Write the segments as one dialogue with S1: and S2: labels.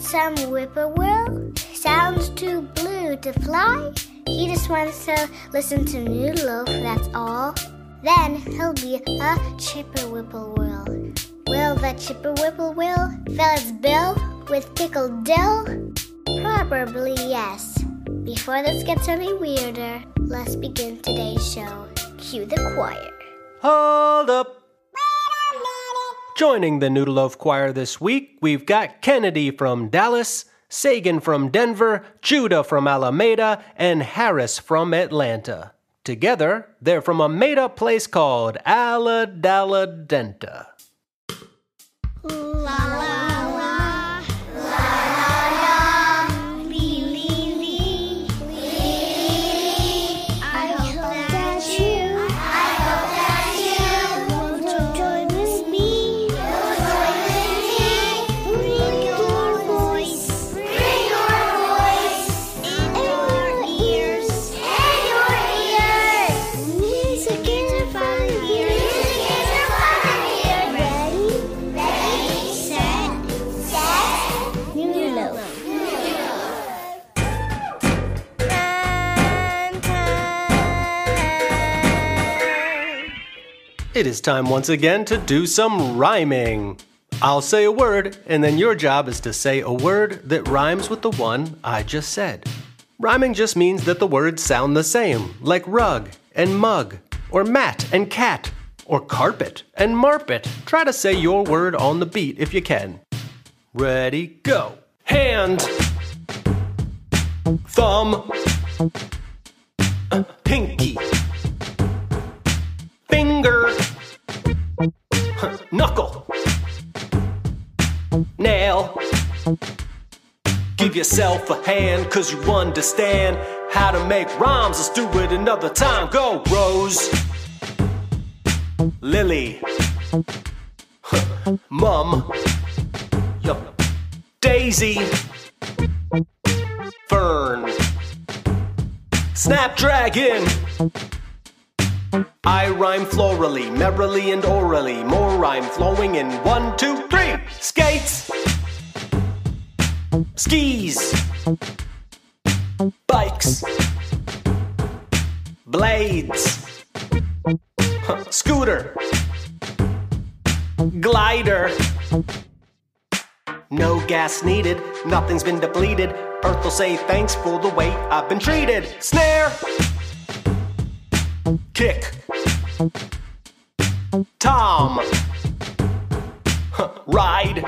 S1: Some whippoorwill sounds too blue to fly. He just wants to listen to Noodle, that's all. Then he'll be a chipper whippoorwill. Will the chipper whippoorwill fill his bill with pickled dill? Probably yes. Before this gets any weirder, let's begin today's show. Cue the choir.
S2: Hold up. Joining the Noodle Loaf Choir this week, we've got Kennedy from Dallas, Sagan from Denver, Judah from Alameda, and Harris from Atlanta. Together, they're from a made up place called Aladala
S1: I hope that you, I hope that you will join with me. Will join with me. Bring your voice, bring your voice, and your ears, and your ears. Music is a fun here. Music is a fun here. Ready, ready, set, set. New love.
S2: It is time once again to do some rhyming. I'll say a word, and then your job is to say a word that rhymes with the one I just said. Rhyming just means that the words sound the same, like rug and mug, or mat and cat, or carpet and marpet. Try to say your word on the beat if you can. Ready, go. Hand, thumb, uh, pinky finger, knuckle, nail. Give yourself a hand, cause you understand how to make rhymes. Let's do it another time. Go, Rose, Lily, Mum, Yup. Daisy, Fern, Snapdragon. I rhyme florally, merrily and orally. More rhyme flowing in one, two, three. Skates, skis, bikes, blades, huh, scooter, glider. No gas needed, nothing's been depleted. Earth will say thanks for the way I've been treated. Snare kick. Tom. Huh, Ride.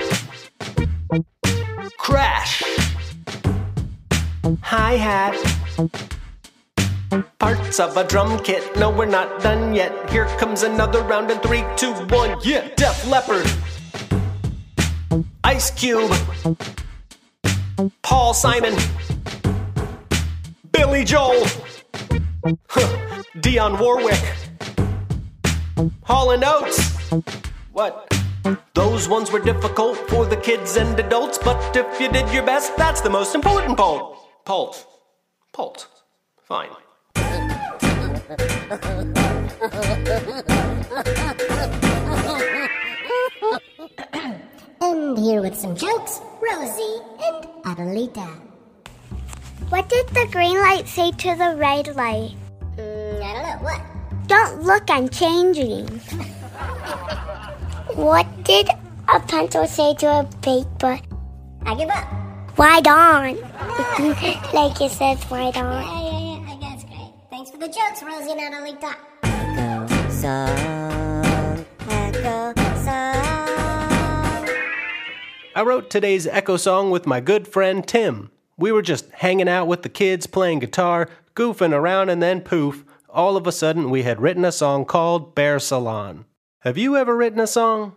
S2: Crash. Hi hat. Parts of a drum kit. No, we're not done yet. Here comes another round in three, two, one. Yeah, Def Leopard. Ice Cube. Paul Simon. Billy Joel. Huh, Dion Warwick. Hall and Oates. What? Those ones were difficult for the kids and adults, but if you did your best, that's the most important poll. Polt. Polt. Fine.
S3: And here with some jokes, Rosie and Adelita.
S1: What did the green light say to the red light?
S3: Mm, I don't know what.
S1: Don't look, I'm changing. what did a pencil say to a paper?
S3: I give up.
S1: Right on. like it says right on.
S3: Yeah, yeah, yeah. I guess great. Thanks for the jokes, Rosie and Adelita.
S4: echo song, echo song.
S2: I wrote today's Echo song with my good friend Tim. We were just hanging out with the kids, playing guitar, goofing around, and then poof, all of a sudden we had written a song called Bear Salon. Have you ever written a song?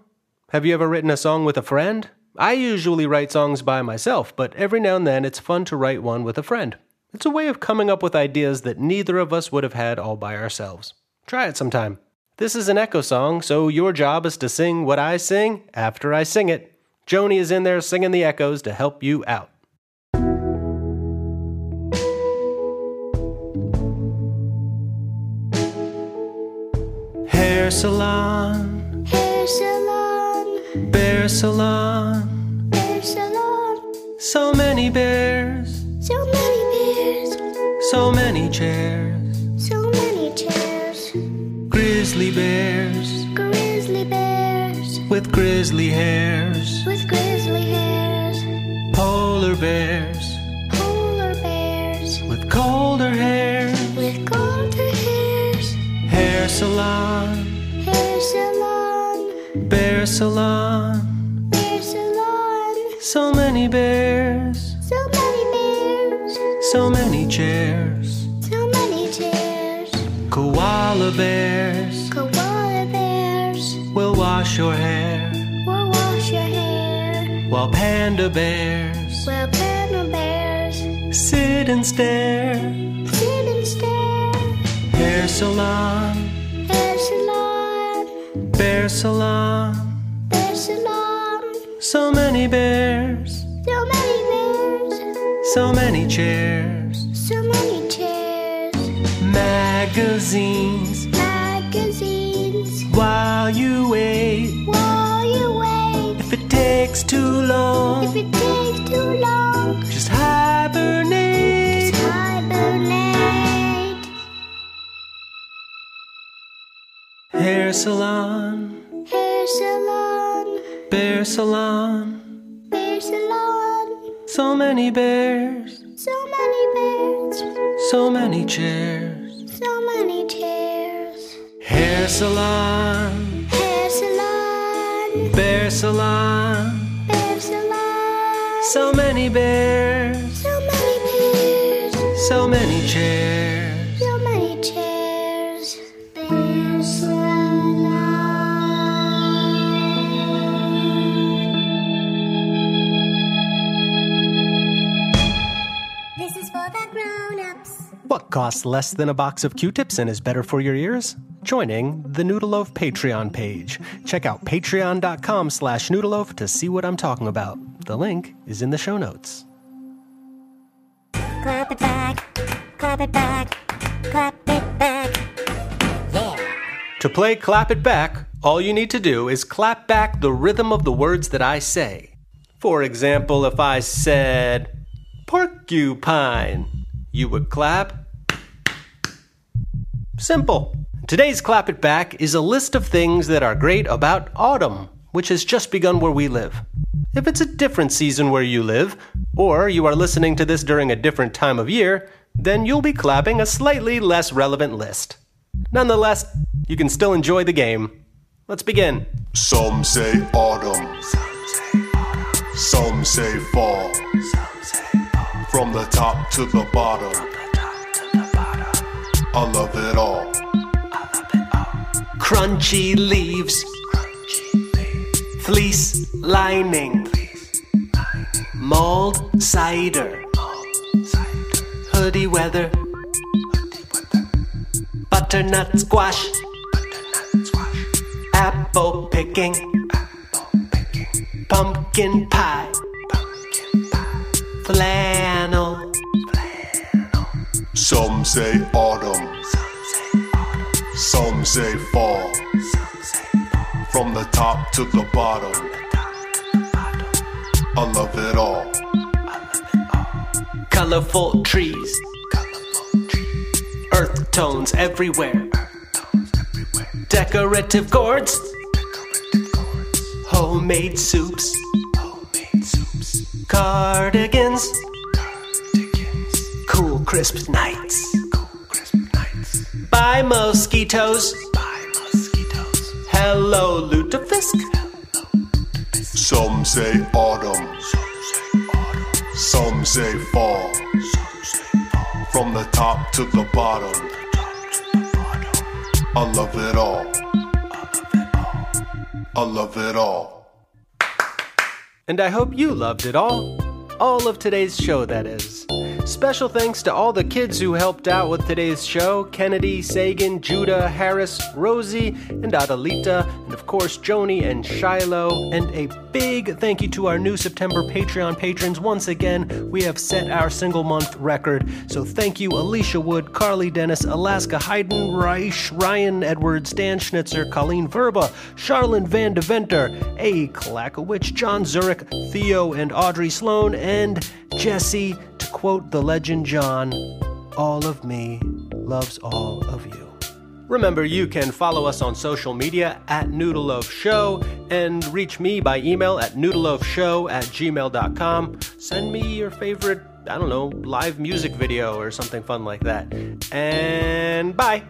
S2: Have you ever written a song with a friend? I usually write songs by myself, but every now and then it's fun to write one with a friend. It's a way of coming up with ideas that neither of us would have had all by ourselves. Try it sometime. This is an echo song, so your job is to sing what I sing after I sing it. Joni is in there singing the echoes to help you out. Hair salon,
S1: Hair salon,
S2: bear salon,
S1: hair salon,
S2: So many bears,
S1: So many bears,
S2: so many chairs.
S1: so many chairs,
S2: Grizzly bears
S1: grizzly bears
S2: with grizzly hairs.
S1: with grizzly hairs,
S2: Polar bears
S1: polar bears
S2: with colder hair.
S1: with golden hairs,
S2: Hair salon,
S1: hair salon,
S2: bear salon.
S1: bear salon.
S2: So many bears,
S1: So many bears,
S2: so many chairs.
S1: so many chairs,
S2: Koala bears
S1: koala bears
S2: will wash your hair.
S1: will wash your hair,
S2: While panda bears
S1: while panda bears
S2: sit and stare.
S1: sit and stare.
S2: Hair salon,
S1: Hair salon,
S2: bear salon.
S1: bear salon.
S2: So many bears,
S1: So many bears,
S2: so many chairs.
S1: so many chairs,
S2: Magazines
S1: magazines.
S2: while you wait.
S1: While you wait,
S2: If it takes too
S1: if
S2: long,
S1: it takes too long,
S2: just hibernate.
S1: hibernate.
S2: Hair salon,
S1: Hair salon,
S2: bear salon.
S1: bear salon.
S2: So many bears,
S1: So many bears,
S2: so many chairs.
S1: so many chairs.
S2: Hair salon.
S1: Hair salon,
S2: Bear salon,
S1: bear salon.
S2: so many bears,
S1: So many bears.
S2: so many chairs.
S1: So many chairs. Bear salon.
S3: This is for the grown-ups.
S2: What costs less than a box of Q-tips and is better for your ears? Joining the Noodleloaf Patreon page. Check out patreon.com slash noodleloaf to see what I'm talking about. The link is in the show notes.
S4: Clap it back, clap it back, clap it back.
S2: To play Clap It Back, all you need to do is clap back the rhythm of the words that I say. For example, if I said porcupine, you would clap. Simple. Today's Clap It Back is a list of things that are great about autumn, which has just begun where we live. If it's a different season where you live, or you are listening to this during a different time of year, then you'll be clapping a slightly less relevant list. Nonetheless, you can still enjoy the game. Let's begin.
S5: Some say autumn. Some say fall. From the top to the bottom. I love it all.
S2: Crunchy leaves, fleece lining, mulled cider, hoodie weather, butternut squash, apple picking, pumpkin pie, flannel.
S5: Some say autumn. Some say fall. From the top to the bottom. I love it all.
S2: Colorful trees. Earth tones everywhere. Decorative gourds. Homemade soups. Cardigans. Cool crisp nights. By mosquitoes. Hello lutefisk.
S5: Some say autumn. Some say fall. From the top to the bottom. I love it all. I love it all.
S2: and I hope you loved it all. All of today's show, that is. Special thanks to all the kids who helped out with today's show Kennedy, Sagan, Judah, Harris, Rosie, and Adelita, and of course Joni and Shiloh. And a big thank you to our new September Patreon patrons. Once again, we have set our single month record. So thank you, Alicia Wood, Carly Dennis, Alaska Hayden, Reich, Ryan Edwards, Dan Schnitzer, Colleen Verba, Charlene Van Deventer, A. Clackowicz, John Zurich, Theo and Audrey Sloan, and Jesse, to quote the legend John, all of me loves all of you. Remember, you can follow us on social media at Noodleloaf Show and reach me by email at noodleloafshow at gmail.com. Send me your favorite, I don't know, live music video or something fun like that. And bye!